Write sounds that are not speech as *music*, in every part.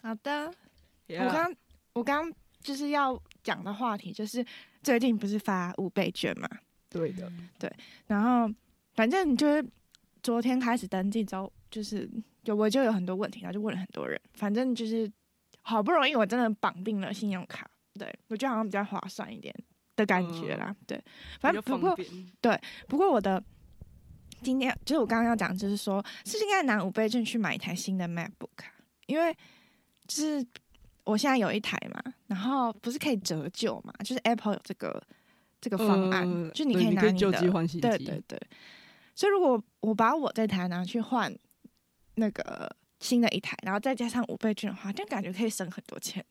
好的，我 Yeah 刚我刚就是要讲的话题就是最近不是发五倍券嘛，对的，然后反正就是昨天开始登记之后，就是有我就有很多问题，然后就问了很多人，反正就是好不容易我真的绑定了信用卡，对我觉得好像比较划算一点的感觉啦，对，反比正较不方过便。不过我的今天就是我刚刚要讲，就是说是不是应该拿五倍券去买一台新的 MacBook 啊？因为就是我现在有一台嘛，然后不是可以折旧嘛，就是 Apple 有这个这个方案，嗯就是你可以拿对你旧的机换新机，呃对对对。所以如果我把我这台拿去换那个新的一台，然后再加上五倍券的话，这样感觉可以省很多钱。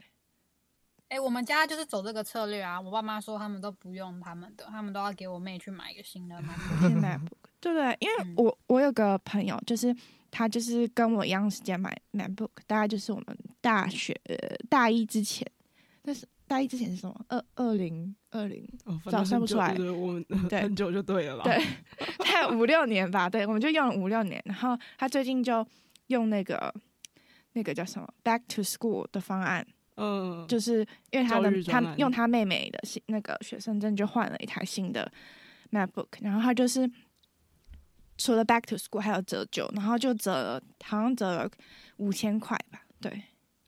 哎、我们家就是走这个策略啊。我爸妈说他们都不用他们的，他们都要给我妹去买一个 *laughs* 新的 MacBook。现在对不对？因为嗯我我有个朋友，就是他就是跟我一样时间买 MacBook，大概就是我们大学呃大一之前，但是大一之前是什么？二二零二零，哦，反早正算很不久出来就 *laughs* 是我们对很久就对了啦。对大概五六年吧。对，我们就用了五六年。然后他最近就用那个那个叫什么 Back to School 的方案，*laughs* 嗯，就是因为他教的育专他栏用他妹妹的新那个学生证就换了一台新的 MacBook，然后他就是除了 Back to School 还有折旧，然后就折了好像折了五千块吧，对，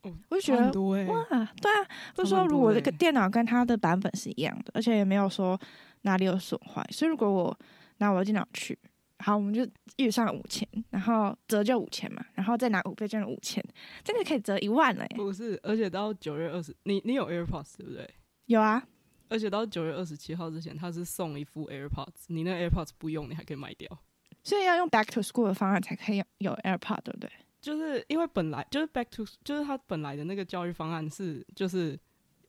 哦我就觉差很得多哎，哇，对啊，就差说很如多果欸这个电脑跟它的版本是一样的，而且也没有说哪里有损坏，所以如果我拿我的电脑去，好，我们就预算五千，然后折旧五千嘛，然后再拿五倍券的五千，真的可以折一万了耶！不是，而且到九月二十，你你有 AirPods 对不对？有啊，而且到九月二十七号之前，他是送一副 AirPods，你那 AirPods 不用，你还可以卖掉。所以要用 Back to School 的方案才可以有有 AirPod，对不对？就是因为本来就是 Back to，就是他本来的那个教育方案是就是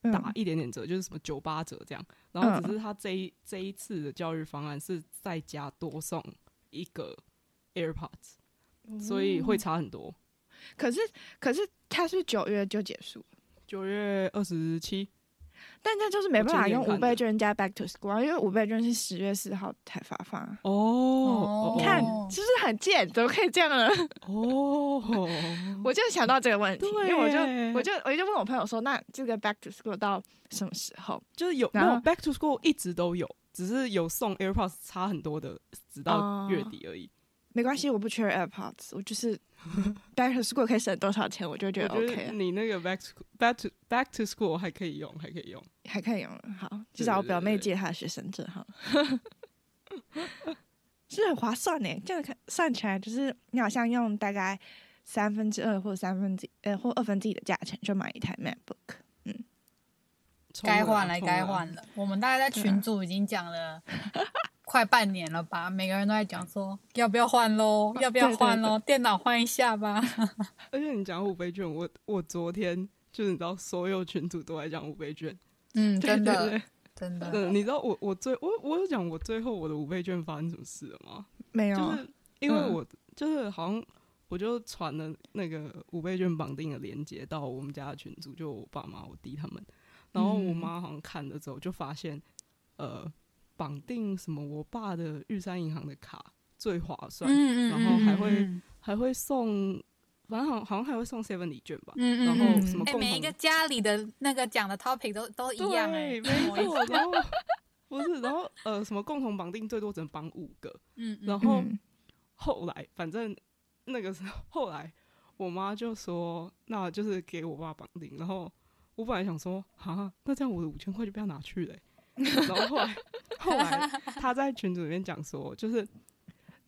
打嗯、一点点折，就是什么九八折这样。然后嗯只是他这一这一次的教育方案是再加多送一个 AirPods，所哦以会差很多。嗯可是可是它是九月就结束，九月二十七，但这就是没办法用五我今天看的倍券加 Back to School，啊因为五倍券是十月四号才发放 *laughs* 啊。哦，哦你看是不啊是很贱？怎么可以这样呢？哦， *laughs* 我就想到这个问题，因对为我就耶我就我就问我朋友说，那这个 Back to School 到什么时候？就是有然那后种 Back to School 一直都有，只是有送 AirPods 差很多的，直到月底而已。没关系，我不缺 AirPods，我就是 *laughs* Back to School 可以省多少钱，我就觉我得 OK，觉啊得了你那个 Back to Back to Back to School 还可以用，还可以用。还可以用了。好，对至少我对表妹对借她的学生证哈， *laughs* 是很划算呢。这样看算起来，就是你好像用大概三分之二或三分之呃或二分之一的价钱就买一台 MacBook。该换了，冲该换了。我们大概在啊群组已经讲了快半年了吧，每个人都在讲说要不要换喽，要不要换喽，电脑换一下 *laughs* 吧。而且你讲五倍券，我我昨天就是你知道，所有群主都在讲五倍券，嗯，真对对的对，真的。嗯，你知道我我最我我有讲我最后我的五倍券发生什么事了吗？没有，就是因为嗯我、就是好像我就传了那个五倍券绑定的链接到我们家的群组，就我爸妈、我弟他们，然后我嗯妈好像看了之后就发现，呃，绑定什么我爸的玉山银行的卡最划算，嗯然后还会嗯还会送，反正好像好像还会送 seven 礼券吧，嗯嗯然后什么哎、共每一同个家里的那个讲的 topic 都都一对，样没哎、一模一样错。 *laughs* 然后不是，然后呃，什么共同绑定最多只能绑五个。嗯嗯，然后嗯，后来，反正那个时候，后来我妈就说，那就是给我爸绑定。然后我本来想说，啊，那这样我的五千块就不要拿去了欸、然后后来，后来他在群组里面讲说，就是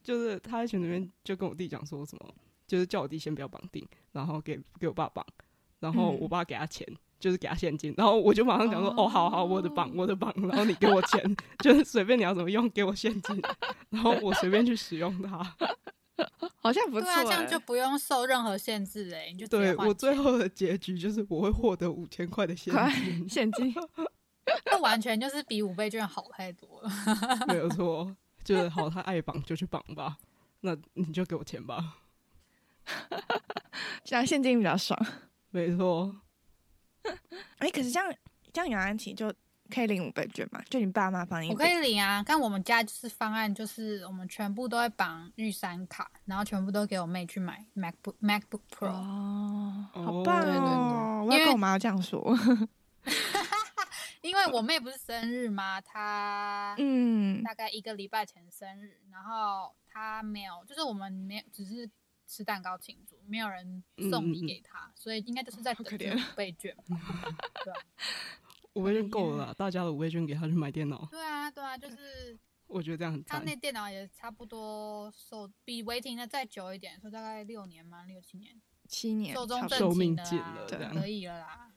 就是他在群组里面就跟我弟讲说什么，就是叫我弟先不要绑定，然后给给我爸绑，然后嗯我爸给他钱。就是给他现金，然后我就马上讲说：“哦，好好，我的绑，我的绑，然后你给我钱，就是随便你要怎么用，给我现金，然后我随便去使用它。”好像不对错啊，欸。这样就不用受任何限制哎、你就直接对换我最钱后的结局就是我会获得五千块的现快，金现 *laughs* 金，这完全就是比五倍券好太多了。没有错，就是好，他爱绑就去绑吧，那你就给我钱吧，这样现金比较爽。没错，哎、可是这样这样杨安琪就可以领五倍券吗？就你爸妈帮你领？我可以领啊，但我们家就是方案，就是我们全部都会绑玉山卡，然后全部都给我妹去买 MacBook MacBook Pro。哦，好哦棒对对对哦！我要因为跟我妈这样说。因为我妹不是生日吗？她嗯，大概一个礼拜前生日，然后她没有，就是我们没有，只是吃蛋糕庆祝，没有人嗯送礼给她，所以应该就是在哦好等可这怜个备卷吧。对啊五倍券够啊了啦，大家的五倍券给他去买电脑，对啊，对 *laughs* 啊，就是我觉得这样很她赞。那电脑也差不多寿比违停的再久一点，说大概六年嘛，六七年，七年寿终差不多寿正寝命的尽啦了啊这样可以了啦，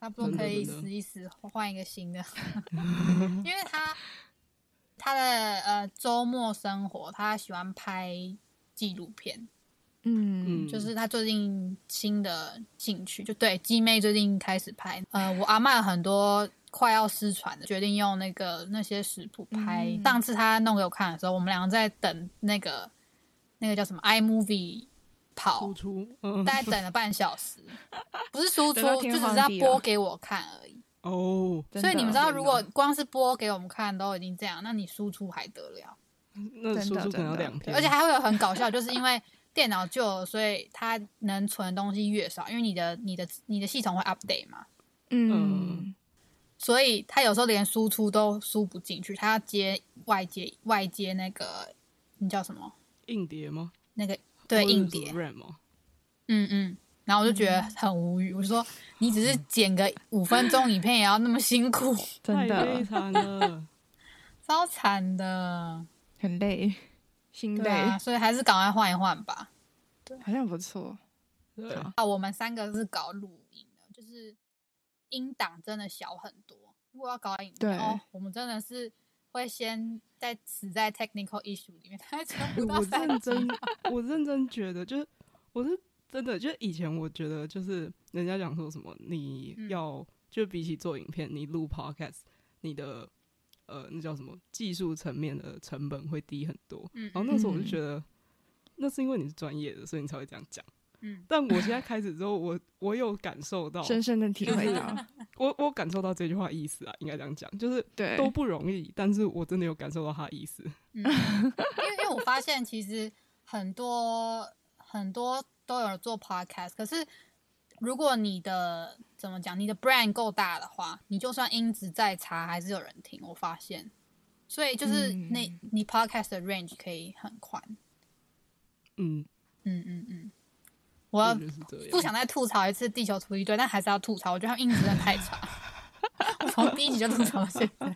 差不多真的可以真的死一死，换一个新的， *laughs* 因为他他的呃周末生活，他喜欢拍纪录片，嗯嗯，就是他最近新的兴趣，就对鸡妹最近开始拍，呃，我阿嬷有很多。快要失传的，决定用那个那些食谱拍。嗯上次他弄给我看的时候，我们两个在等那个那个叫什么 iMovie 跑输出，嗯，大概等了半 *laughs* 小时，不是输出等，到就天只荒是他地播老给我看而已。哦，真的所以你们知道，天如哪果光是播给我们看都已经这样，那你输出还得了？那输出可能要真的两天，而且还会有很搞笑，就是因为电脑旧了，所以它能存的东西越少，因为你的、你的、你的系统会 update 嘛，嗯，所以它有时候连输出都输不进去，它要接外接外接那个你叫什么硬碟吗？那个对或者是硬什么碟， RAM 吗？嗯嗯，然后我就觉得很无语，我 *laughs* 就说你只是剪个五分钟影片也要那么辛苦，真太悲的 *laughs* 惨了，超惨的，很累，心对累啊，，所以还是赶快换一换吧。好像不错。对，好啊，我们三个是搞录音的，就是音档真的小很多。如果要搞影对片，哦，我们真的是会先在死在 technical issue 里面， *laughs* 才存不到我三认集真，我认真觉得，就是我是真的，就是以前我觉得，就是人家讲说什么，你嗯要、就比起做影片，你录 podcast，你的呃，那叫什么技术层面的成本会低很多。嗯然后那时候我就嗯觉得，那是因为你是专业的，所以你才会这样讲。嗯，但我现在开始之后，我我有感受 *laughs* 到，深深的体会到，我我感受到这句话意思啊，应该这样讲，就是对，都不容易，但是我真的有感受到他的意思。嗯，因为因为我发现其实很多很多都有做 podcast，可是如果你的怎么讲，你的 brand 够大的话，你就算音质再差，还是有人听。我发现，所以就是那、你 podcast 的 range 可以很宽。嗯，嗯嗯嗯，我要觉得是这样。不想再吐槽一次地球突击队，但还是要吐槽，我觉得他们音质真的太差。 *laughs* 我从第一集就吐槽到现在，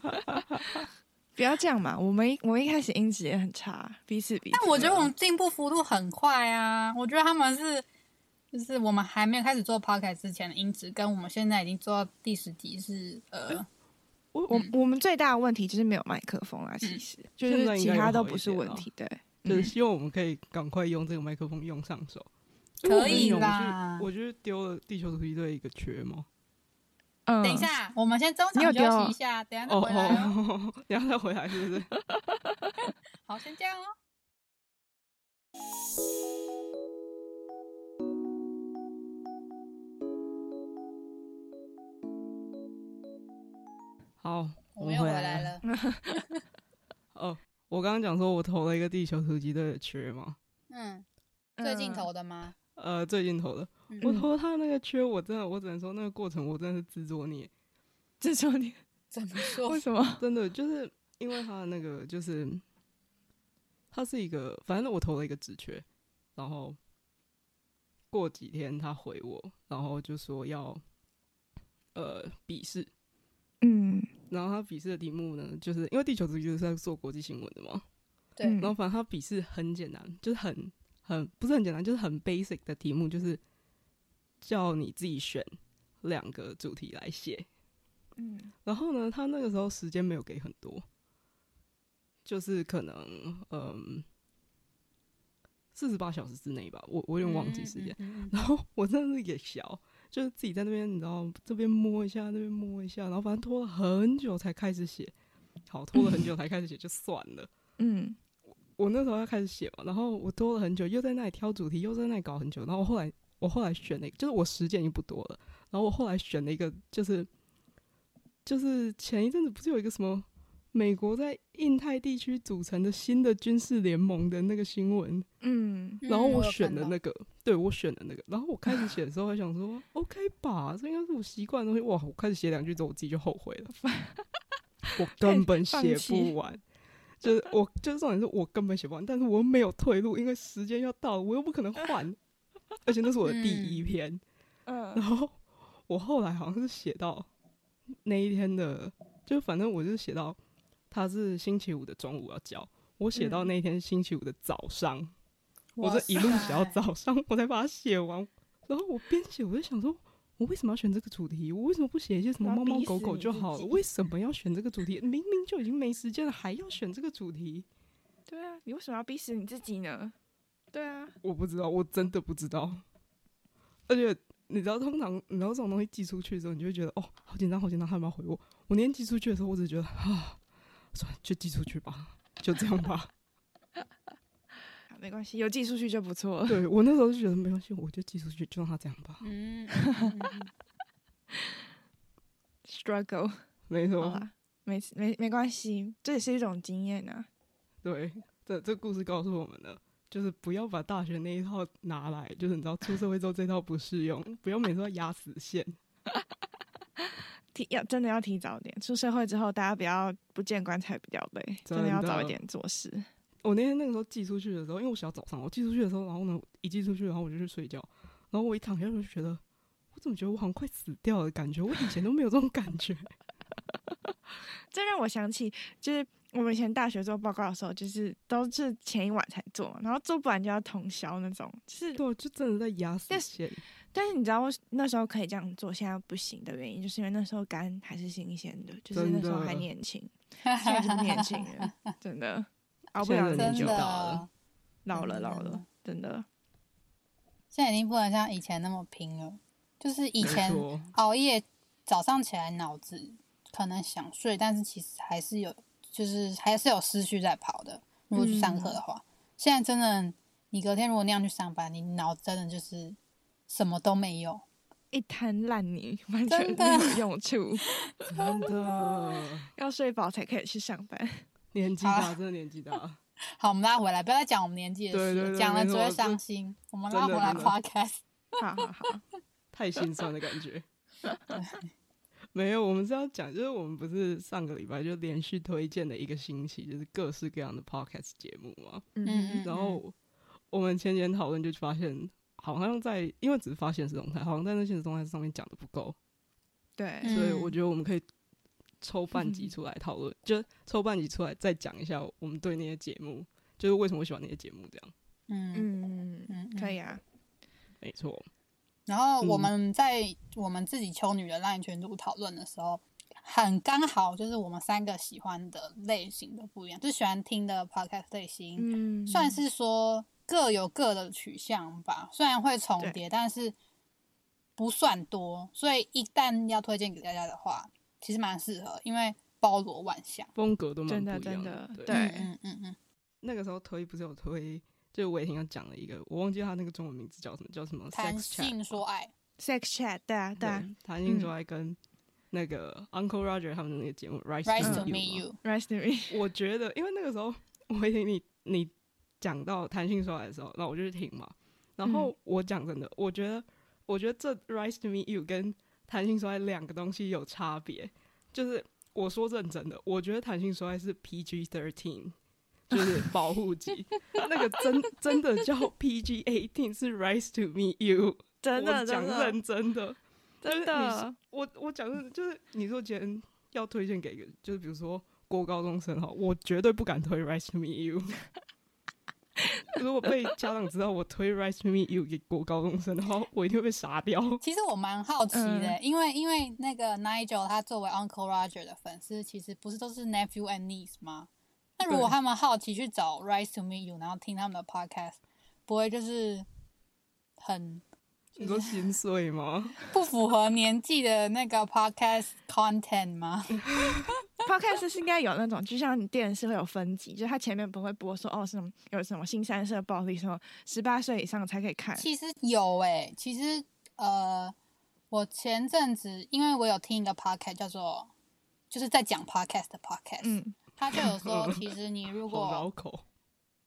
不要这样嘛。我们一我们一开始音质也很差，彼此彼此。但我觉得我们进步幅度很快啊！我觉得他们是，就是我们还没有开始做 podcast 之前的音质，跟我们现在已经做到第十集是呃，我嗯我我们最大的问题就是没有麦克风啦，其实就现在是应其该他有都好一不是点问啦题，对，嗯就是希望我们可以赶快用这个麦克风用上手。可以哎因为我们有啦我去我去丢了地球突击队一个缺嘛。嗯，等一，下，我们先中你有场丢休息一下，等一下再哦回来哦。哦， *laughs* 然后再回来是不 *laughs* 是？好，先这样哦。好，们我们又回回来来。了，哦，我刚刚讲说我投了一个地球突击队的缺嘛，嗯，最近投的吗？呃，最近投的。嗯我投他那个缺，我真的，我只能说那个过程我真的是自作孽，这周你 *laughs* 怎么说为？什么？ *laughs* 真的就是因为他的那个就是，他是一个，反正我投了一个职缺，然后过几天他回我，然后就说要呃笔试，嗯，然后他笔试的题目呢，就是因为地球主义就是在做国际新闻的嘛，对嗯然后反正他笔试很简单，就是很很不是很简单，就是很 basic 的题目，就是叫你自己选两个主题来写，嗯然后呢，他那个时候时间没有给很多，就是可能嗯四十八小时之内吧，我我有点忘记时间。嗯嗯嗯然后我真的是也小，就是自己在那边，你知道，这边摸一下，那边摸一下，然后反正拖了很久才开始写。好，拖了很久才开始写就算了。嗯，我那时候要开始写嘛，然后我拖了很久，又在那里挑主题，又在那里搞很久。然后我后来，我后来选了一个，就是我时间已经不多了，然后我后来选了一个，就是就是前一阵子不是有一个什么美国在印太地区组成的新的军事联盟的那个新闻，嗯， *laughs* 然后嗯我有选看的到那个，对我选的那个，然后我开始写的时候还想 *laughs* 说 OK 吧，这应该是我习惯的东西。哇，我开始写两句之后，我自己就后悔 *laughs* 了，我根本放写弃不完。就是我，就是重点是我根本写不完，但是我又没有退路，因为时间要到了，我又不可能 *laughs* 换，而且那是我的第一嗯篇，然嗯，后我后来好像是写到那一天的，就反正我就是写到他是星期五的中午要交，我写到嗯那一天星期五的早上，我哇这一路写到塞早上，我才把它写完。然后我边写我就想说，我为什么要选这个主题？我为什么不写一些什么要猫猫逼狗死狗你就自好了？己为什么要选这个主题？明明就已经没时间了，还要选这个主题？对啊，你为什么要逼死你自己呢？对啊，我不知道，我真的不知道。而且你知道，通常你知道这种东西寄出去之后，你就会觉得哦，好紧张，好紧张，他有没有回我？我那天寄出去的时候，我只觉得啊，算了，就寄出去吧，就这 *laughs* 样吧。好没关系，有寄出去就不错了。对我那时候就觉得没关系，我就寄出去，就让他这样吧。嗯，嗯嗯 *laughs* 嗯 Struggle，没错好，啦，没没没关系，这也是一种经验啊。对，这这故事告诉我们的，就是不要把大学那一套拿来，就是你知道出社会之后这套不适用，不要每次都压死线。提要真的要提早点出社会之后，大家不要不见棺材不掉泪，真真的要的早一点做事。我那天那个时候寄出去的时候，因为我写到早上，我寄出去的时候，然后呢，一寄出去，然后我就去睡觉，然后我一躺下就觉得，我怎么觉得我好像快死掉的感觉？我以前都没有这种感觉。 *laughs* 这让我想起，就是我们以前大学做报告的时候，就是都是前一晚才做嘛，然后做不完就要通宵那种。就是，对，啊就真的在压死但是线。但是你知道，我那时候可以这样做，现在不行的原因，就是因为那时候肝还是新鲜的，就是那时候真的还年轻，现在就是年轻人，真的熬不了年现在人真就到年纪了的，，老了真的老真了的，真的。现在已经不能像以前那么拼了。就是以以前熬夜，早上起来脑子可能想睡，但是其实还是有，就是还是有思绪在跑的。如果去上嗯课的话，现在真的，你隔天如果那样去上班，你脑子真的就是什么都没有。一滩烂泥，完全真的没有用处。真的 *laughs* 要睡饱才可以去上班。年纪好大，啦真的年纪大。好，我们拉回来，不要再讲我们年纪的对对事，对讲了没只错会这伤心。我们拉真回的来真的 podcast，好好好，太心酸的感觉 *laughs* 对。没有，我们是要讲，就是我们不是上个礼拜就连续推荐了一个星期，就是各式各样的 podcast 节目吗？嗯，嗯然后我们前几天讨论就发现，好像在因为只是发现实动态，好像在那现实动态上面讲的不够，对，嗯所以我觉得我们可以抽半集出来讨论，就抽半集出来再讲一下我们对那些节目，就是为什么会喜欢那些节目这样。嗯嗯，嗯，可以。以啊，没错，然后我嗯们在我们自己秋女的烂群组讨论的时候，很刚好就是我们三个喜欢的类型都不一样，就喜欢听的 podcast 类型，嗯，算是说各有各的取向吧。虽然会重叠，但是不算多，所以一旦要推荐给大家的话，其实蛮适合，因为包罗万象。风格都真蛮不一的样真的对，对嗯嗯嗯那个时候推不是有推，就是伟霆要讲了一个，我忘记他那个中文名字叫什么，叫什么嗯，谈 Sex Chat 性说爱， sex chat，对啊，对啊对，谭性说爱跟那个 Uncle Roger 他们的那个节目《Rise Rise to to You 嘛 meet you， ，rise to *laughs* me，我觉得，因为那个时候我听你你讲到弹性说来的时候，那我就去听嘛。然嗯后我讲真的，我觉得我觉得这《Rise to Meet You》跟弹性说来两个东西有差别。就是我说认真的，我觉得弹性说来是 PG thirteen，就是 *laughs* 保护级。那个真真的叫 PG eighteen 是《Rise to Meet You》，真的我讲真的认真的。真的，我我讲的就是，你说今天要推荐给一个，就是比如说国高中生哈，我绝对不敢推《Rise to Me You》。如果被家长知道我推《Rise to Me You》给国高中生的话，我一定会被杀 *laughs* 掉。其实我蛮好奇的、嗯因为因为那个 Nigel 他作为 Uncle Roger 的粉丝，其实不是都是 nephew and niece 吗？那如果对他们好奇去找 Rise to Meet You，然后听他们的 podcast，不会就是很你说心碎吗？不符合年纪的那个 podcast content *laughs* 吗？ podcast 是应该有那种，就像你电视会有分级，就是它前面不会播说哦，什么有什么新三色暴力，什么十八岁以上才可以看，其实有欸诶、其实呃，我前阵子因为我有听一个 podcast 叫做就是在讲 podcast 的 podcast，、嗯他就有 *laughs* 说，其实你如好绕果口，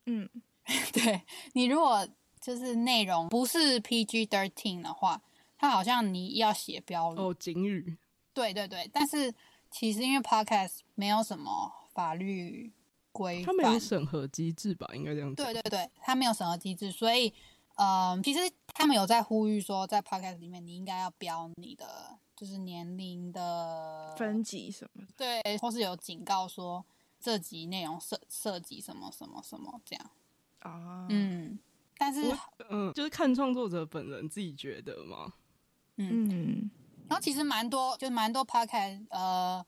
嗯， *laughs* 对你如果就是内容不是 PG thirteen 的话，它好像你要写标语。哦，警语，对对对，但是其实因为 podcast 没有什么法律规它没有范，啊审核机制吧？应该这样讲。对对对，它没有审核机制，所以嗯，其实他们有在呼吁说，在 podcast 里面你应该要标你的就是年龄的分级什么的，对，或是有警告说这集内容涉涉及什么什么什么这样，哦，嗯，但是我嗯，就是看创作者本人自己觉得嘛。嗯，嗯，然后其实蛮多就蛮多 podcast 呃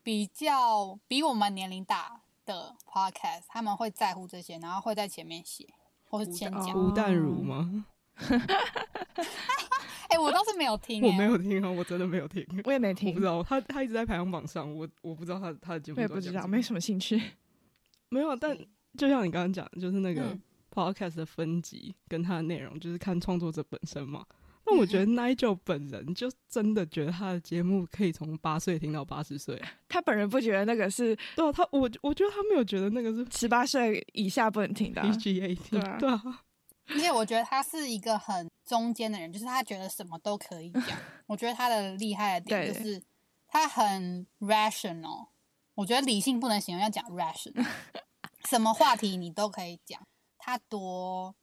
比较比我们年龄大的 podcast，他们会在乎这些，然后会在前面写或是先讲，哎、哦吴淡如吗？哎我倒是没有听、哦我没哎有听啊，我真的没有听，我也没我听不知，道他他一直在排行榜上，我我不知道他他的节目我也都不在知道，讲什么没什么兴趣。没有啊，但嗯就像你刚刚讲的，就是那个嗯 podcast 的分级跟它的内容，就是看创作者本身嘛。嗯那我觉得 Nigel 本人就真的觉得他的节目可以从八岁听到八十 *laughs* 岁，他本人不觉得那个是对啊，他我我觉得他没有觉得那个 *laughs* 是十八岁以下不能听的啊、 PG A 对啊对啊，而且我觉得他是一个很中间的人，就是他觉得什么都可以讲。我觉得他的厉害的对点就是他很 rational，我觉得理性不能形容，要讲 rational，什么话题你都可以讲，他多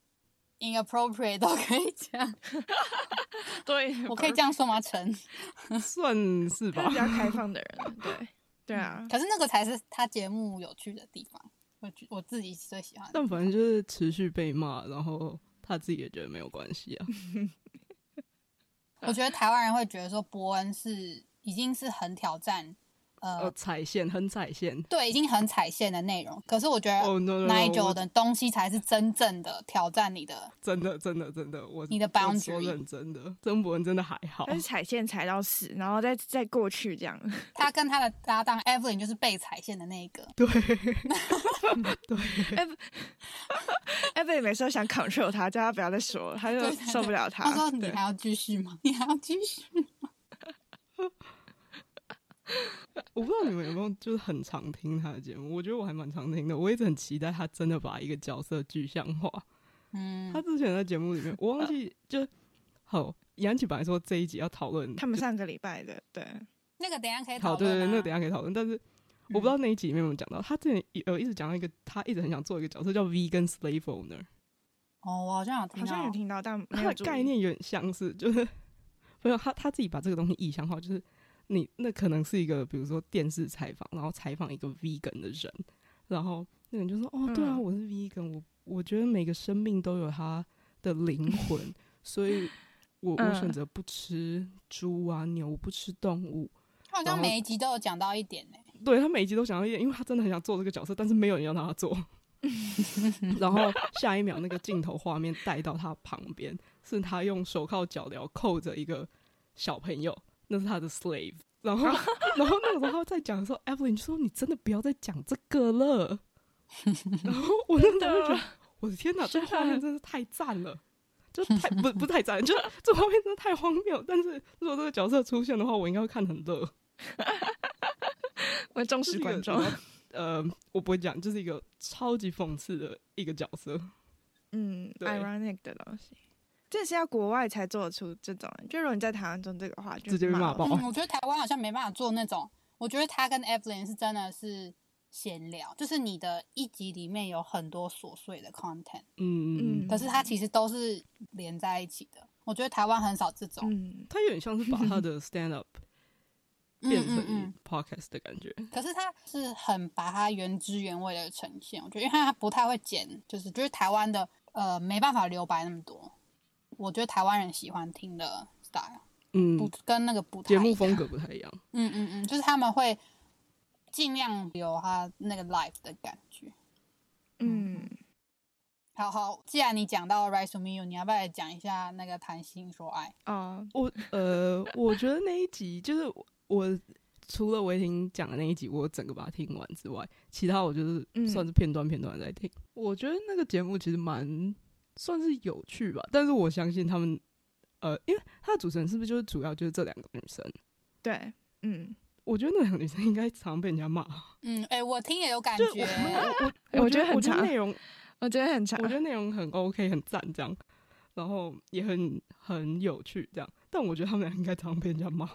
inappropriate 都可以讲。 *laughs* 对，我可以这样说吗？陈，算他是是吧 *laughs* 比。较开放的人，对对啊，可是那个才是他节目有趣的地方，我觉我自己最喜欢的。但反正就是持续被骂，然后他自己也觉得没有关系啊。我觉得台湾人会觉得说伯恩是已经是很挑战，哦呃，，踩线很踩线。对，已经很踩线的内容。可是我觉得哦、no no no， Nigel 我的东西才是真正的挑战你的。真的真的真的，我你的我说 boundary 认真的，曾伯恩真的还好他。是踩线踩到死，然后再再过去这样。他跟他的搭档 Evelyn 就是被踩线的那一个，对 *laughs* 对，艾贝每次都想 control 他，叫他不要再说了，他就对对受不了他。啊他说：“你对还要继续吗？你还要继续我不知道你们有没有就是很常听他的节目，我觉得我还蛮常听的。我一直很期待他真的把一个角色具象化。？”嗯呃他，之前在节目里面，我忘记就好，杨启本来说这一集要讨论他们上个礼拜的，对，那个等一下可以好，讨对论、啊。对，嗯对那个等一下可以讨论。但是我不知道那一集里面有没有讲到，他之前有一直讲到一个，他一直很想做一个角色叫 vegan slave owner，哦，我好像有听好到，像有听到，但没他有的注意概。念有点像是，就是没有他他自己把这个东西意象化，就是你那可能是一个，比如说电视采访，然后采访一个 vegan 的人，然后那个人就说：“哦，对啊，嗯我是 vegan，我我觉得每个生命都有它的灵魂，所以我我选嗯择不吃猪啊牛，我不吃动物。”他好像每一集都有讲到一点呢、对他每一集都想要一点，因为他真的很想做这个角色，但是没有人要让他 *laughs* 做。然后下一秒，那个镜头画面带到他旁边，是他用手铐脚镣扣着一个小朋友，那是他的 slave。然 *laughs* 后，然后那个时候他在讲的时候，Evelyn 就说：“你真的不要再讲这个了。”然后我那时候就觉 *laughs* 得，我的天哪，这真的画面真是啊太赞了，就是太不不是太 *laughs* 赞，就是这画面真的太荒谬。但是如果这个角色出现的话，我应该会看得很乐。我忠就是实一个观众比，较呃，我不会讲，就是一个超级讽刺的一个角色。嗯对，ironic 的东西，这是要国外才做得出这种。就如果你在台湾做这个话，就直接被骂爆了嗯，我觉得台湾好像没办法做那种。我觉得他跟 Evelyn 是真的是闲聊，就是你的一集里面有很多琐碎的 content，嗯，嗯可是它其实都是连在一起的。我觉得台湾很少这 *laughs* 种，嗯，他有点像是把他 *laughs* 的 stand up 嗯变嗯成嗯 podcast 的感觉。可是它是很把它原汁原味的呈现，我觉得，因为它不太会剪，就是就是台湾的呃没办法留白那么多。我觉得台湾人喜欢听的 style 不、嗯，跟那个不太一节样目风，格不太一样。嗯嗯嗯，就是他们会尽量留他那个 live 的感觉。嗯，好好，既然你讲到 Rise to Me You，你要不要来讲一下那个谈心说爱？哦，我呃，我觉得那一集就是我除了维婷讲的那一集，我整个把它听完之外，其他我就是嗯算是片段片段地在听。我觉得那个节目其实蛮算是有趣吧，但是我相信他们呃，因为他的主持人是不是就是主要就是这两个女生？对，嗯，我觉得那两个女生应该常被人家骂。嗯，哎、我听也有感就觉嗯我， *laughs* 我哎我我觉得很我觉得长 *laughs* 内容，我觉得很长我。觉得内容很 OK，很赞这样，然后也很很有趣这样。但我觉得他们俩应该常被人家骂。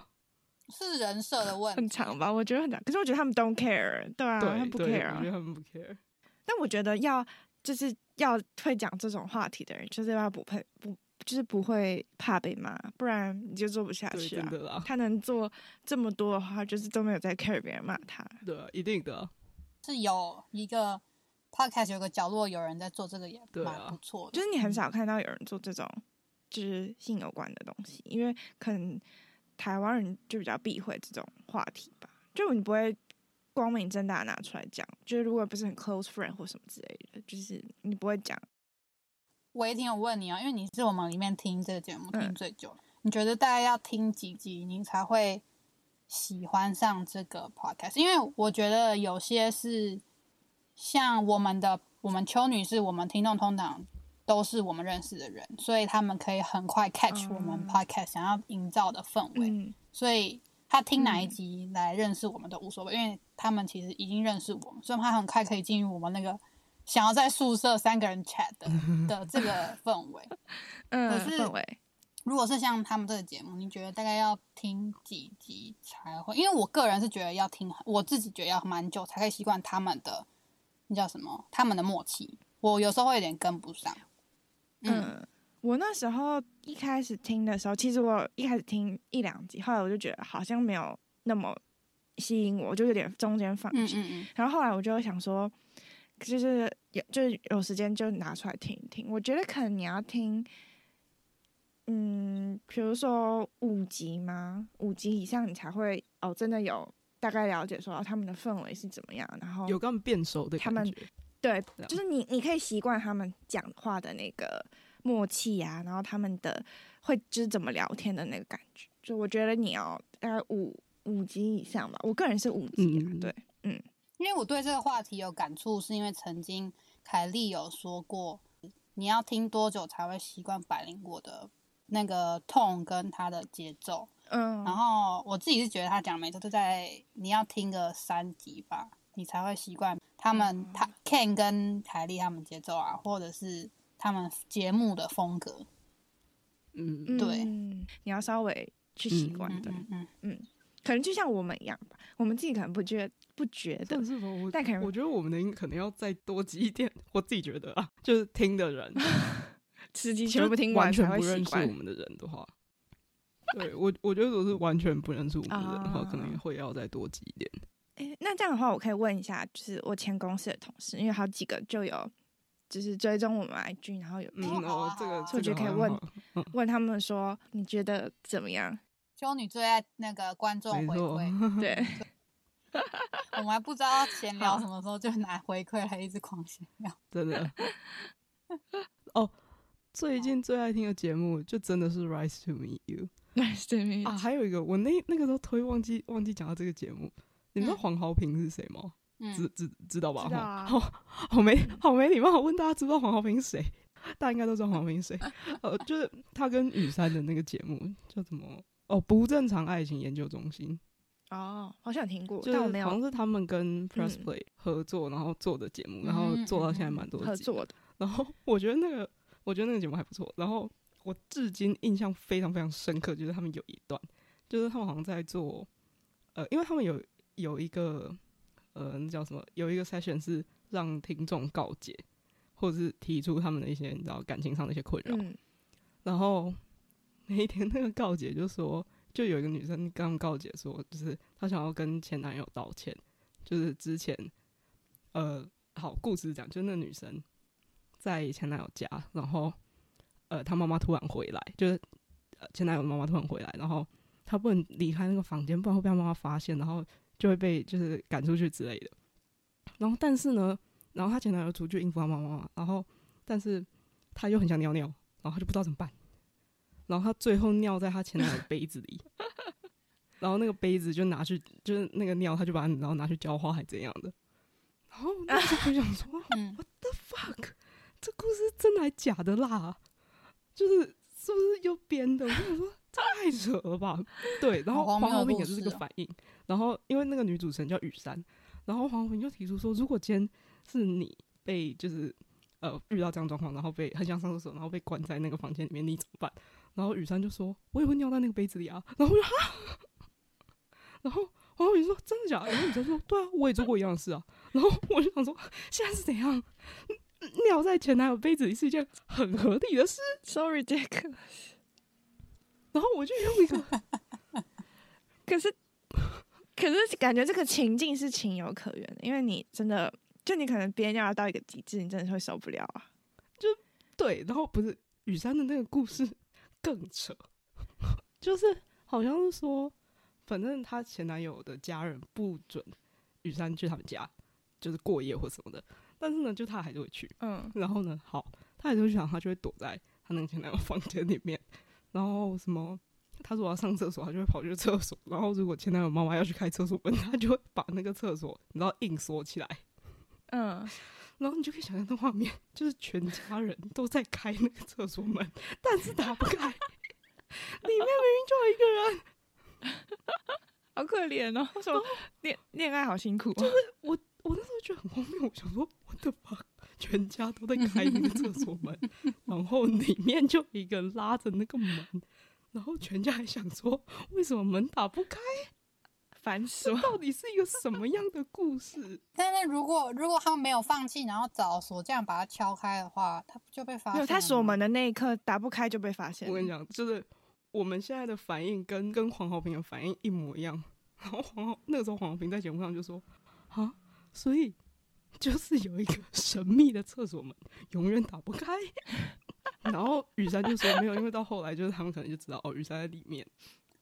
是人设的问很题。长吧，我觉得很长。可是我觉得他们 don't care，对啊，对他们不对 care 我啊觉得。他们不 care。但我觉得要就是要会讲这种话题的人，就是要不配不就是不会怕被骂，不然你就做不下对，去真啊。的啦，他能做这么多的话，就是都没有在 care 别人骂他。对啊，一定的啊。是有一个 podcast 有个角落有人在做这个也对蛮啊不错的，就是你很少看到有人做这种就是性有关的东西，因为可能台湾人就比较避讳这种话题吧，就你不会光明正大拿出来讲，就是如果不是很 close friend 或什么之类的，就是你不会讲。我也挺有问你啊，因为你是我们里面听这个节目嗯听最久，你觉得大概要听几集你才会喜欢上这个 podcast？因为我觉得有些是像我们的，我们邱女士，我们听众通常都是我们认识的人，所以他们可以很快 catch 我们嗯 podcast 想要营造的氛围，嗯，所以他听哪一集来认识我们都无所谓，因为他们其实已经认识我们，所以他很快可以进入我们那个想要在宿舍三个人 chat 的的这个氛围。嗯，可是氛围如果是像他们这个节目，你觉得大概要听几集才会？因为我个人是觉得要听，我自己觉得要蛮久才可以习惯他们的那叫什么，他们的默契。我有时候会有点跟不上。嗯，嗯，我那时候一开始听的时候，其实我一开始听一两集，后来我就觉得好像没有那么吸引我，我就有点中间放嗯弃。嗯嗯，然后后来我就想说，就是有就是有时间就拿出来听一听。我觉得可能你要听，嗯，比如说五集吗？五集以上你才会哦，真的有大概了解说、哦、他们的氛围是怎么样，然后有跟他们变熟的他感们觉，对，对啊就是你你可以习惯他们讲话的那个默契啊，然后他们的会就是怎么聊天的那个感觉。就我觉得你要大概五五集以上吧，我个人是五集啊，嗯对，因为我对这个话题有感触，是因为曾经凯莉有说过，你要听多久才会习惯百灵果的那个痛跟它的节奏。嗯，然后我自己是觉得他讲每次都在你要听个三集吧，你才会习惯他们、他 Ken 跟凯莉他们节奏啊，或者是他们节目的风格。嗯，对嗯你要稍微去习惯嗯的，嗯嗯，可能就像我们一样吧，我们自己可能不觉不觉得但，是吧我但可能我觉得我们的应可能要再多集一点，我自己觉得啊，就是听的 *laughs* 人司机就是全部听完完全才会不认习识我惯。们的人的话，对我我觉得如果是完全不认识我们的人的话，啊可能会要再多集一点。诶那这样的话，我可以问一下，就是我前公司的同事，因为好几个就有就是追踪我们 IG，然后有嗯听哦好啊哦，这好个啊这就个可以好像问好问他们说你觉得怎么样？修女最爱那个观众没回 *laughs* 错，馈，对，我们还不知道闲聊好什么时候就拿回馈来一直狂闲聊。*laughs* 真的。哦，最近最爱听的节目就真的是《Rise to Meet You 那是》啊，还有一个我那那个时候推忘记忘记讲到这个节目，你们知道嗯黄豪平是谁吗？知嗯，知知道吧？知道啊 *laughs* 嗯好好没好没礼貌，我问大家知不知道黄浩平是谁？大家应该都知道黄浩平是谁。呃，就是他跟雨山的那个节目叫什么？哦，不正常爱情研究中心，哦，好像听过，就是但我没好有像是他们跟 Press 嗯 Play 合作，然后做的节目，然后嗯做到现在嗯蛮多集合作的。然后我觉得那个，我觉得那个节目还不错。然后我至今印象非常非常深刻，就是他们有一段，就是他们好像在做，呃，因为他们有有一个，呃，那叫什么？有一个 session 是让听众告解，或者是提出他们的一些你知道感情上的一些困扰。嗯，然后那一天那个告解就说，就有一个女生跟他们告解说，就是她想要跟前男友道歉，就是之前，呃，好，故事是这样，就是那女生在前男友家，然后呃，她妈妈突然回来，就是、呃、前男友的妈妈突然回来，然后她不能离开那个房间，不然会被她妈妈发现，然后就会被就是赶出去之类的。然后但是呢，然后她前男友出去应付她妈妈嘛，然后但是她又很想尿尿，然后她就不知道怎么办，然后她最后尿在她前男友的杯子里。 *laughs* 然后那个杯子就拿去，就是那个尿，她就把它然后拿去浇花，还怎样的。然后我那时候就想说，嗯 fuck，这故事真的还假的啦？就是是不是又编的？我就想说太扯了吧？对，然后好黄荒谬的浩明故也是这事个哦反应。然后因为那个女主持人叫雨珊，然后黄浩明就提出说，如果今天是你被就是呃遇到这样的状况，然后被很想上厕所，然后被关在那个房间里面，你怎么办？然后雨珊就说，我也会尿在那个杯子里啊。 *laughs* 然后我就哈，啊然后黄浩明说真的假的？然后雨珊说对啊，我也做过一样的事啊。然后我就想说，现在是怎样？尿在前男友杯子里是一件很合理的事。 so ridiculous。然后我就用一个可是，可是感觉这个情境是情有可原的，因为你真的就你可能憋尿到一个极致，你真的是会受不了啊。对，然后不是雨山的那个故事更扯，就是好像是说，反正她前男友的家人不准雨山去他们家，就是过夜或什么的。但是呢，就她还是会去。嗯，然后呢，好，她还是会去，然后她就会躲在她那个前男友房间里面。然后什么，她如果要上厕所，她就会跑去厕所。然后如果前男友妈妈要去开厕所门，她就会把那个厕所你知道硬锁起来。嗯，然后你就可以想象那画面，就是全家人都在开那个厕所门，但是打不开，里面明明就有一个人。好可怜哦。为什么 *laughs* 恋恋爱好辛苦、哦？ *laughs* 我我那时候觉得很荒谬，我想说我的妈，全家都在开那个厕所门，然后里面就有一个人拉着那个门，然后全家还想说为什么门打不开，烦死这我！到底是一个什么样的故事？但是如果如果他们没有放弃，然后找锁匠把它敲开的话，他不就被 *laughs* 发没有，现了他锁吗门的那一刻打不开就被发现。我跟你，讲，就是我们现在的反应跟跟黄浩平的反应一模一样。 *laughs* 然后黄浩那个时候黄浩平在节目上就说：“啊，所以就是有一个神秘的厕所门永远打不开。” *laughs* 然后雨珊就说：“没有，因为到后来就是他们可能就知道哦，雨珊在里面，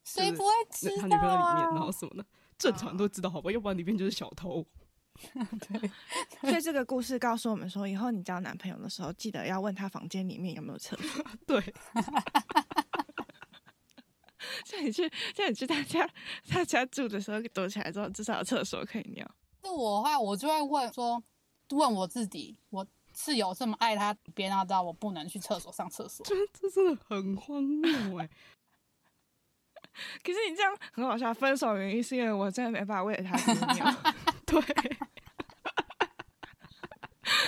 谁就是不会知那他女道朋友在里面，然啊？后什么的，正常人都知道好吧？要不然里面就是小偷。所以这个故事告诉我们说，以后你交男朋友的时候，记得要问他房间里面有没有厕所。对， *laughs* 叫你去，叫你去他家，他家住的时候躲起来之后，至少有厕所可以尿。是我的话，我就会问说，问我自己，我是有这么爱他，别让他知道我不能去厕所上厕所。这这真的很荒谬哎、可是你这样很好笑，分手原因是因为我真的没办法为了他憋尿， *laughs* 对。”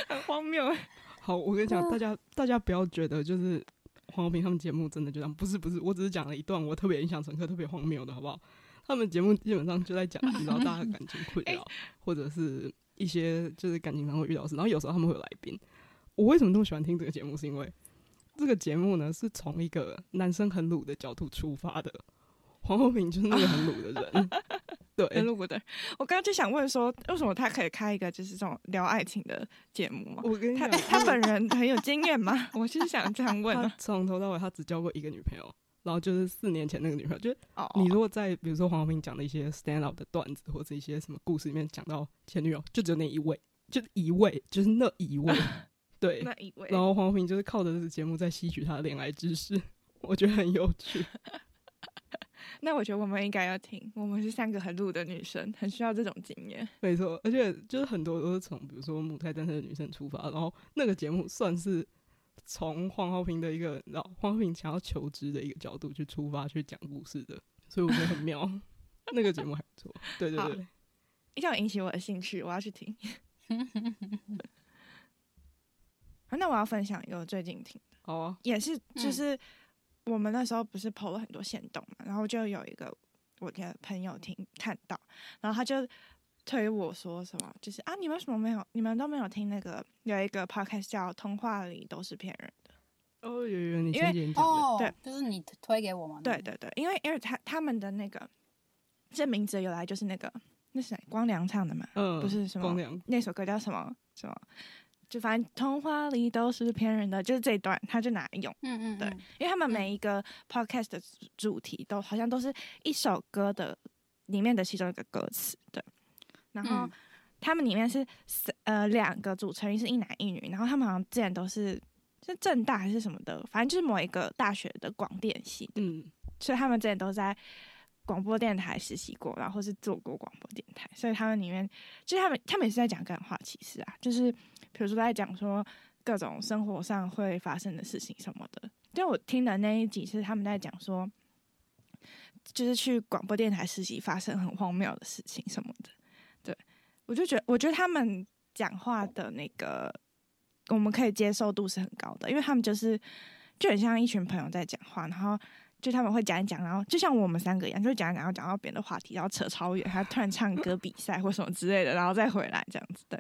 很荒谬。欸好，我跟你讲，大家大家不要觉得就是黄晓平他们节目真的就这样，不是不是，我只是讲了一段我特别印象深刻、特别荒谬的，好不好？他们节目基本上就在讲，你知道大家的感情困扰，或者是一些就是感情上会遇到的事，然后有时候他们会有来宾。我为什么那么喜欢听这个节目？是因为这个节目呢是从一个男生很鲁的角度出发的，黄晓平就是那个很鲁的人，对，录的，我刚刚就想问说，为什么他可以开一个就是这种聊爱情的节目吗？我跟你他讲，他本人很有经验吗？ *laughs* 我就是想这样问他啊。从头到尾他只交过一个女朋友，然后就是四年前那个女朋友，就是哦，你如果在比如说黄晓明讲的一些 stand up 的段子，或者一些什么故事里面讲到前女友，就只有那一位，就是一位，就是那 *laughs* 一位，对。那一位，然后黄晓明就是靠着这个节目在吸取他的恋爱知识，我觉得很有 *laughs* 趣。那我觉得我们应该要听，我们是三个很露的女生，很需要这种经验。没错，而且就是很多都是从比如说母胎单身的女生出发，然后那个节目算是从黄浩平的一个，然后黄浩平想要求知的一个角度去出发去讲故事的，所以我觉得很妙。 *laughs* 那个节目还不错，对对好对。一定要引起我的兴趣，我要去听。 *laughs* 好那我要分享一个我最近听的，好啊，也是就嗯是我们那时候不是 PO 了很多线动嘛，然后就有一个我的朋友听看到，然后他就推我说什么，就是啊，你们为什么没有，你们都没有听那个有一个 podcast 叫《通话里都是骗人的哦，有有，你因先为前讲的。哦对，就是你推推给我嘛。》。对对对，因为因为他他们的那个这名字由来就是那个那是谁光良唱的嘛，嗯，不是什么光良，那首歌叫什么什么，就反正童话里都是骗人的，就是这一段他就拿来用，嗯嗯，对嗯因为他们每一个 podcast 的主主题都好像都是一首歌的里面的其中一个歌词，对，然后嗯他们里面是三呃两个主持人是一男一女，然后他们好像之前都是是正大还是什么的，反正就是某一个大学的广电系的，嗯，所以他们之前都在广播电台实习过，然后是做过广播电台，所以他们里面就是他们他们也是在讲干话，其实啊，就是比如说在讲说各种生活上会发生的事情什么的。就我听的那一集是他们在讲说，就是去广播电台实习，发生很荒谬的事情什么的。对我就觉得，我觉得他们讲话的那个我们可以接受度是很高的，因为他们就是就很像一群朋友在讲话，然后就他们会讲一讲，然后就像我们三个一样，就会讲一讲，然后讲到别的话题，然后扯超远，还突然唱歌比赛或什么之类的，然后再回来这样子。对，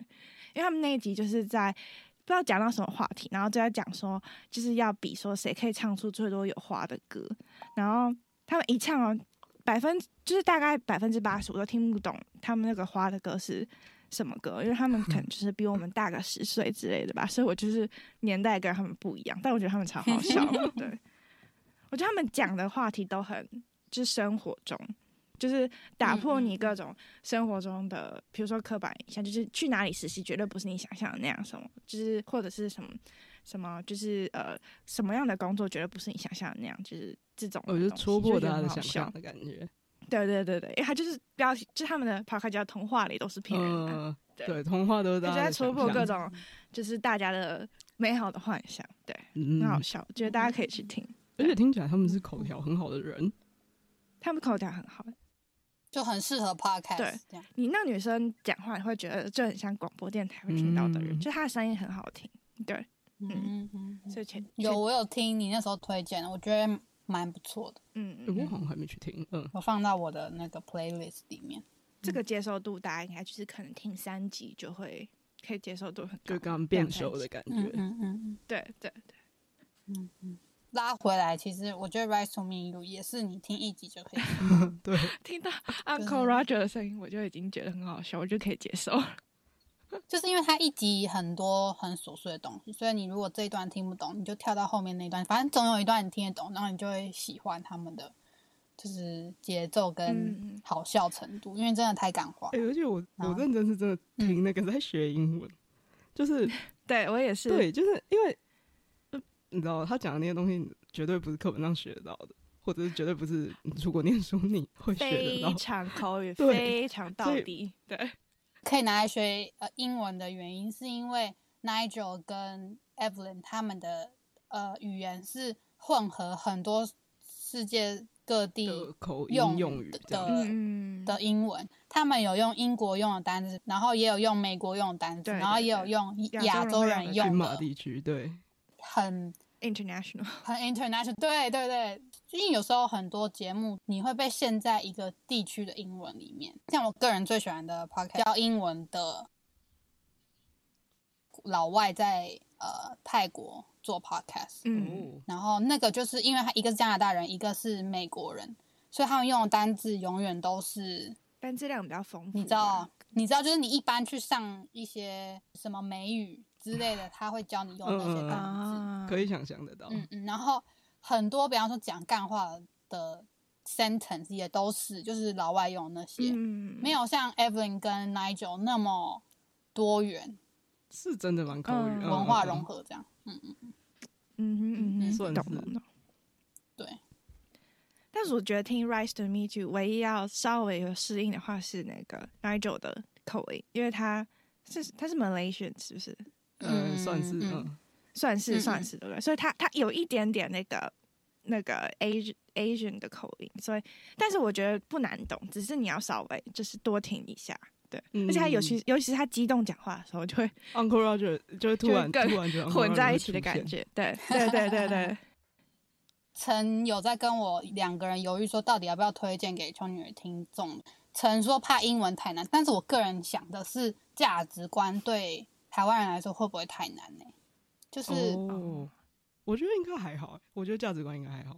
因为他们那一集就是在不知道讲到什么话题，然后就在讲说就是要比说谁可以唱出最多有花的歌，然后他们一唱哦，百分就是大概百分之八十我都听不懂他们那个花的歌是什么歌，因为他们可能就是比我们大个十岁之类的吧，所以我就是年代跟他们不一样，但我觉得他们超好笑的，对，我觉得他们讲的话题都很就是生活中。就是打破你各种生活中的，比如说刻板印象，就是去哪里实习绝对不是你想象的那样，什么就是或者是什么什么，就是呃什么样的工作绝对不是你想象的那样，就是这种东我西。哦就戳破就觉得大家很的好想笑象。的感觉。对对对对，因为他就是标题，就是他们的 p o d 叫童话里都是骗人的、嗯，对对，童话都是他大就家在的戳想破各象种就是大家的美好的幻想，对，嗯很好笑，我觉得大家可以嗯去听，而且听起来他们是口条很好的嗯人，他们口条很好。就很适合 podcast 对这样。你那女生讲话，你会觉得就很像广播电台会听到的人，嗯就她的声音很好听，对，嗯嗯嗯，所以前有我有听你那时候推荐，我觉得蛮不错的，嗯，欸嗯我嗯好像还没去听。嗯，我放到我的那个 playlist 里面。这个接受度大家应该就是可能听三集就会可以接受度很高，就跟他们变两三熟的集，感嗯觉。嗯嗯嗯。对对对，拉回来，其实我觉得《Rise to Me》You 也是你听一集就可以 *laughs* 听。嗯对，哎听到 Uncle Roger 的声音，我就已经觉得很好笑，我就可以接受。就是因为它一集很多很琐碎的东西，所以你如果这一段听不懂，你就跳到后面那一段，反正总有一段你听得懂，然后你就会喜欢他们的就是节奏嗯跟嗯好笑程度，因为真的太感化嗯哎、。而且我好我认真是真的听那个在学英文，就是对我嗯也是，对，就是因为呃你知道他讲的那些东西，你绝对不是课本上学得到的，或者是绝对不是你出国念书你会学得到非。常口语，对非常到所以底，对，可以拿来学呃英文的原因，是因为 Nigel 跟 Evelyn 他们的呃语言是混合很多世界各地的口音用用语的这样呃子，嗯，的英文，他们有用英国用的单词，然后也有用美国用的单词，对然后对也有对用亚亚洲洲人会人用群用马的，地区对，很嗯 international，很 international。对对对，最近有时候很多节目你会被陷在一个地区的英文里面，像我个人最喜欢的 podcast 教英文的老外在呃泰国做 podcast，嗯，哦然后那个就是因为他一个是加拿大人，一个是美国人，所以他们用的单字永远都是但质量比较丰富啊，你知道，你知道，就是你一般去上一些什么美语之类的，他会教你用那些嗯单啊，可以想象得到。字，嗯嗯，然后很多，比方说讲干话的 sentence 也都是，就是老外用的那些，嗯，没有像 Evelyn 跟 Nigel 那么多元是真的蛮口语、嗯嗯文化嗯融嗯合这样，嗯嗯，嗯哼，嗯嗯哼，算懂是懂懂。对，但是我觉得听《Rise to Meet You》唯一要稍微有适应的话是那个 Nigel 的口音，因为他是他是 Malaysian 是不是？嗯，算嗯是嗯嗯，算嗯是嗯算是对不对？所以他他有一点点那个那个 Asian Asian 的口音，所以但是我觉得不难懂，只是你要稍微就是多听一下，对。嗯而且他尤其尤其是他激动讲话的时候，就会 Uncle Roger 就会突就然突更然哦就混在一起的感。觉，对对对对 *laughs* 啊对，曾有在跟我两个人犹豫说，到底要不要推荐给穷女儿听众。曾说怕英文太难，但是我个人想的是价值观对台湾人来说会不会太难呢、就是、哦，我觉得应该还好欸，我觉得价值观应该还好。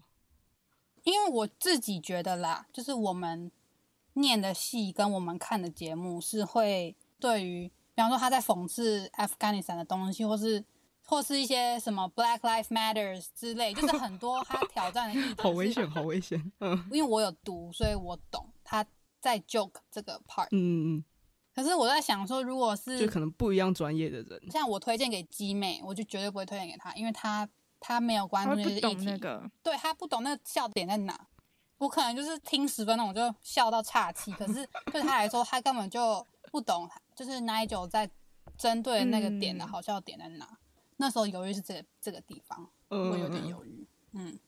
因为我自己觉得啦，就是我们念的戏跟我们看的节目是会对于，比方说他在讽刺 Afghanistan 的东西，或是或是一些什么 Black Lives Matters 之类，就是很多他挑战的议题。好危险，好危险。嗯因为我有读，所以我懂他在 joke 这个 part。嗯，可是我在想说，如果嗯就是可能不一样专业的人，像我推荐给鸡妹，我就绝对不会推荐给她，因为她她没有关他会注些不议懂题，那个，对她不懂那个笑点在哪。我可能就是听十分钟我就笑到岔气，可 *laughs* 是对她来说，她根本就不懂，就是 Nigel 在针对那个点的嗯好笑点在哪。那时候犹豫是这个这个地方，嗯我有点嗯犹豫。嗯，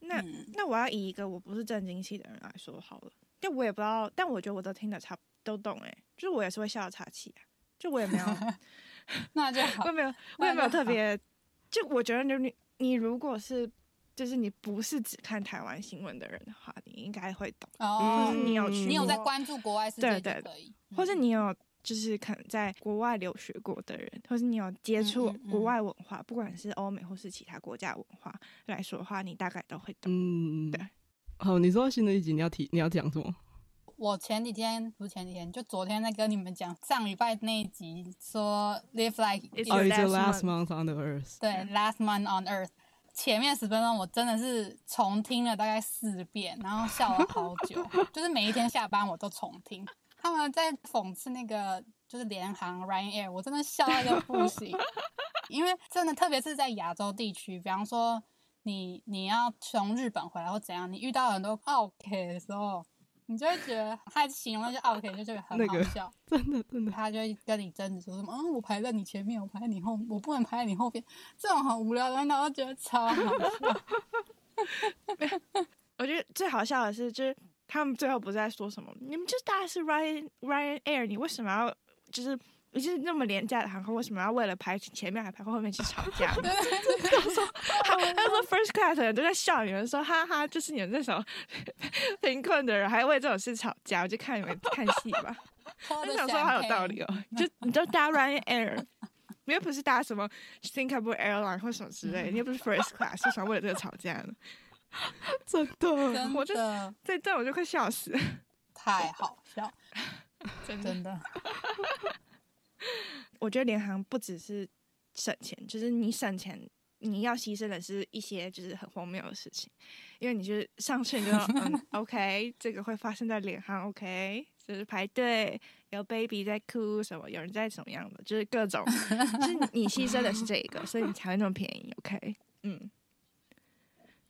那嗯那我要以一个我不是正经系的人来说好了，但我也不知道，但我觉得我都听得差都懂哎、就是我也是会笑到岔气啊，就我也没有，那就我好也。没有，我也没有那就特好别，就我觉得就你你如果是就是你不是只看台湾新闻的人的话，你应该会懂，哦，就是你有去，嗯你有在，关注国外世界对对就可以，或者你有。就是可能在国外留学过的人，或是你有接触嗯嗯嗯国外文化，不管是欧美或是其他国家文化来说的话，你大概都会懂。嗯，对。好，你说到新的一集你要提你要讲什么？我前几天不是前几天，就昨天在跟你们讲上礼拜那一集说 live like It's 哦 Your ，It's your last last month on the earth。对 last month on earth。前面十分钟我真的是重听了大概四遍，然后笑了好 *laughs* 久，就是每一天下班我都重听。他们在讽刺那个就是联航 Ryanair，我真的笑到一个不行，因为真的特别是在亚洲地区，比方说你你要从日本回来或怎样，你遇到很多 OK 的时候，你就会觉得他形容那些 OK 就觉得很那好个笑。真的真的，他就会跟你争执说什么，嗯，我排在你前面，我排在你后，我不能排在你后边，这种很无聊的，然后觉得超好笑。我觉得最好笑的是，就是他们最后不是在说什么，你们就大家是 Ryan Ryan Air，你为什么要就是就是那么廉价的航空，为什么要为了排前面还排后面去吵架？ *laughs* 他说他他说 first class 的人都在笑你们，说哈哈，就是你们这种 *laughs* 贫困的人还为这种事吵架，我就看你们看戏吧。我我就想说好有道理哦。哦，就你都搭 Ryan Air。你 *laughs* 又不是搭什么 Singapore Airline 或什么之类的，你又不是 First Class，为什么为了这个吵架呢？真的，真我就的这一段我就快笑死了。太好 *laughs* 笑，真的。我觉得联航不只是省钱，就是你省钱，你要牺牲的是一些就是很荒谬的事情，因为你就是上去你就嗯 OK，这个会发生在联航 OK，就是排队有 baby 在哭什么，有人在什么样的，就是各种，就是你牺牲的是这个，所以你才会那么便宜 OK，嗯，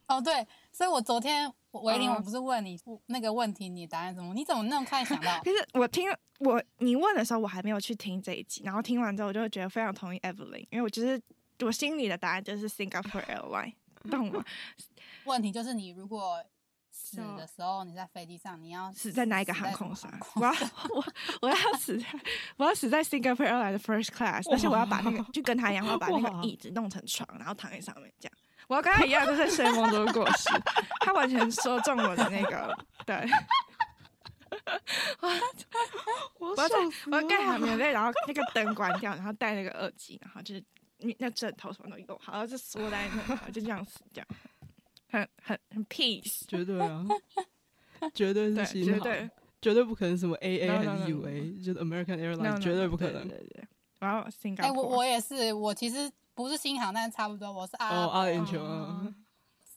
哦，对，所以我昨天我维林，嗯我不是问你那个问题，你答案是什么？你怎么那么快想 *laughs* 到可？是我听我你问的时候，我还没有去听这一集，然后听完之后，我就会觉得非常同意 Evelyn，因为我就是我心里的答案就是 Singapore Airline，懂吗？问题就是你如果死的时候，你在飞机上，你要死在哪一个死在航什么空上航？空我要 *laughs* 我我要死在我要死在 Singapore Airlines 的 First Class，但是我要把那个就跟他一样，我要把那哇个椅子弄成床，然后躺在上面这样。我要跟他一样，就是睡梦中过世。他完全说中我的那个，对我我要在笑死我要盖好了棉被，然后那个灯关掉，然后戴那个耳机，然后就是那枕头什么都有，然后就缩在那，然后就这样死掉，很很很 peace，绝 *laughs* 对啊，绝对对，是新绝航，对。绝对不可能什么 AA No, no, 还是 no, no, UA，就是 American No, no, Airlines， no, 绝对不可对能。对对，我要 Singapore。哎，我我也是，我其实不是新航，但是差不多，我是阿拉哦，伯阿人联酋哦啊，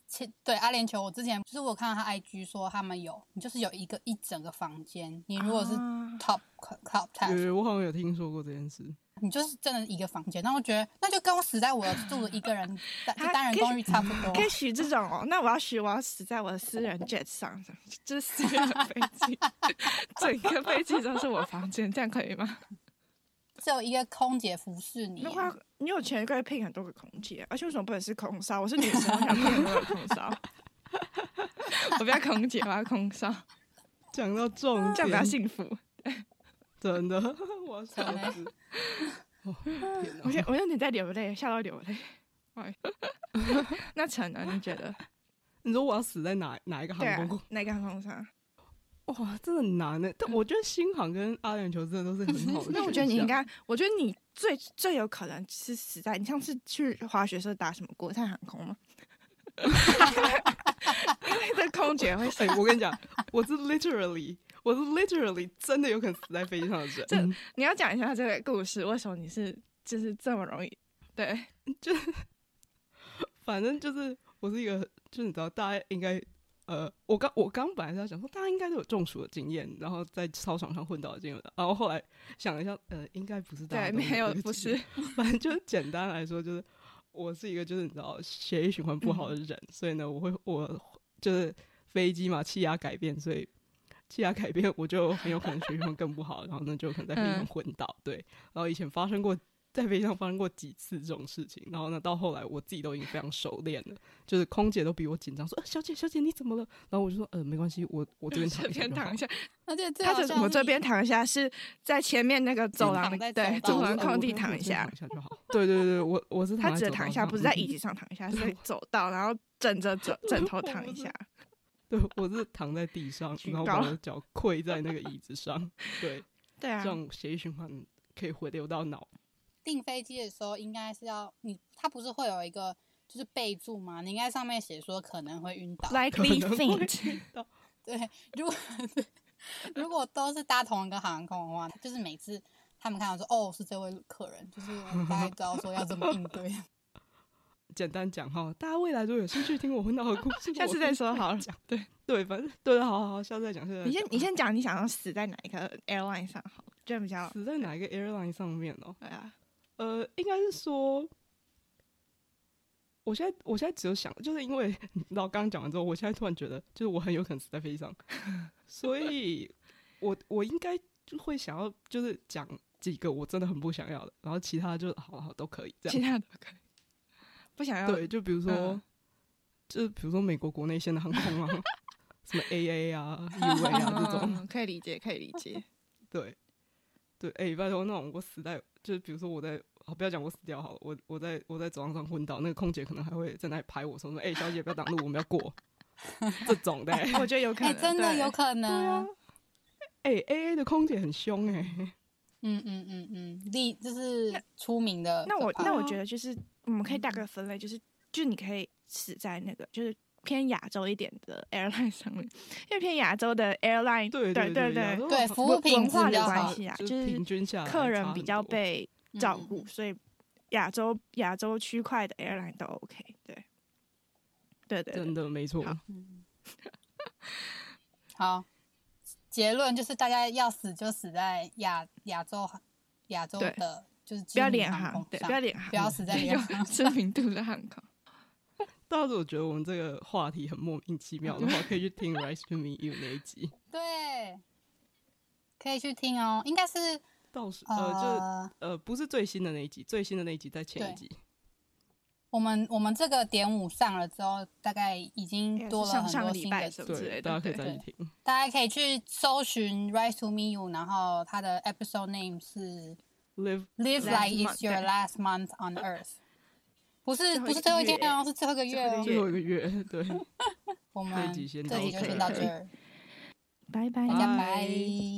其对阿联酋，我之前就是我看到他 IG 说他们有，就是有一个一整个房间，你如果是啊 top top 有 ten，、有我好像有听说过这件事。你就是真的一个房间。那我觉得那就跟我死在我住的一 *laughs* 个人单就他单人可以公寓差不多可。以许这种哦，那我要许，我要死在我的私人 jet 上，就是私人飞机， *laughs* 整个飞机都是我房间，这样可以 *laughs* 吗？只有一个空姐服侍你那啊、话你有钱可以聘很多个空姐，而且为什么不能是空少？我是女生，我想聘很多个空少。 *laughs* 我不要空姐，我要空 *laughs* 少，讲到重这样比较点，幸福。真的，我笑死。哦天我哪觉得我有点在流泪，笑到流泪。 *laughs* 哎那陈呢？你觉得？你说我要死在哪哪一个航对啊空公，哪个航空上？哇，这很难呢。但我觉得新航跟阿联酋真的都是很好的选项。那我觉得你应啊该，我觉得你最最有可能是死在你上次去滑雪时候打什么国泰航空吗？ *laughs* 因为这空姐会死哎、，我跟你讲，我是 literally，我是 literally 真的有可能死在飞机上的人。这你要讲一下这个故事，为什么你是就是这么容易？对，反正就是我是一个，就是你知道，大家应该，呃，我刚我刚本来是要想说，大家应该都有中暑的经验，然后在操场上混到的经验，然后后来想了一下，呃，应该不是大 *laughs* 家对，都没有这，个不经是验，， *laughs* 反正就是简单来说，就是我是一个就是你知道血液循环不嗯好的人，所以呢，我会我就是飞机嘛，气压改变，所以。气压改变，我就很有可能血液循环更不好，然后呢，就有可能在飞机上嗯昏倒。对，然后以前发生过在飞机上发生过几次这种事情，然后呢，到后来我自己都已经非常熟练了，就是空姐都比我紧张，说、呃小姐，小姐你怎么了？”然后我就说：“呃，没关系，我我这边躺 *laughs* 这一下边就好躺一下，而且最他好的像我这是边躺一下是在前面那个走廊躺在对走走哦廊廊呃上空地躺一下躺，一下就好。对对对对，我我是他在只走躺一廊下，上不是在嗯椅子上躺一下， *laughs* 是走道然后枕着枕枕头躺一下。对，我是躺在地上，举然后把报我的脚跪在那个椅 *laughs* 子上，对，对这啊，种血液循环可以回流到脑。订飞机的时候，应该是要你，它不是会有一个就是备注吗？你应该上面写说可能会晕倒。 likely 可能会 *laughs* faint，对，如果 *laughs* 如果都是搭同一个航空的话，就是每次他们看到说哦是这位客人， *laughs* 就是我们大概知道说要怎么应对。简单讲哈，大家未来如果有兴趣听我昏倒的故 *laughs* 事，下我次再说好了。讲。对对，反正对，好好好，下次再讲。下次再你先讲你先讲你想要死在哪一个 airline 上好了，这样比较死在哪一个 airline 上面哦？对啊。呃，应该是说，我现在我现在只有想，就是因为 *laughs* 你知道刚刚讲完之后，我现在突然觉得，就是我很有可能死在飞 *laughs* 机上，所以我我应该就会想要就是讲几个我真的很不想要的，然后其他就好好都可以这其样。他的都可以。不想要对，就比如说，嗯就是比如说美国国内线的航空啊， *laughs* 什么 AA 啊、UA 啊这 *laughs* 种，嗯可以理解，可以理 *laughs* 解。对，对，哎、拜托，那种我死在，就是比如说我在，好不要讲我死掉好了，我我在我在走廊上昏倒，那个空姐可能还会在那里拍我说什么，哎、小姐不要挡路，我们要过，这种的、欸，我觉得 *laughs* 有可哎、能，真的对有可对啊能。，哎、a A 的空姐很凶哎、嗯嗯嗯嗯，第就是出名的那我可怕那我觉得就是我们可以大嗯概分类，就是就你可以死在那个就是偏亚洲一点的 airline 上面，因为偏亚洲的 airline 对对对对亚洲对好服务文品文质化比的较关好系啊，就就是是平均下来客人差比很较多被照嗯顾，所以亚洲亚洲区块的 airline 都 OK，对，对对真对，的没错，好嗯，好，结论就是大家要死就死在亚亚洲亚洲对的，就是不要知名脸航航空，对，上不要脸航，不要死 *laughs* 在脸上。知名度的汉 *laughs* 口。到时候我觉得我们这个话题很莫名其妙的话，可以去听 Rise to Me You 那一集，对，可以去听哦，应该是到时呃就是。呃，呃，不是最新的那一集，最新的那一集在前一对集，我们我们这个点五上了之后，大概已经多了上很上个多礼新拜的是集不之类对，的大家可以对再去听。大家可以去搜寻《Rise to Me You》，然后它的 episode name 是 Live Live Last like it's month， your 对 last month on *laughs* earth。不是最后不一是个最后一天月哦，是最后一个月最后一。个最后哦一个月，对，我们集先这到集这就先里到这儿，拜拜大家拜拜。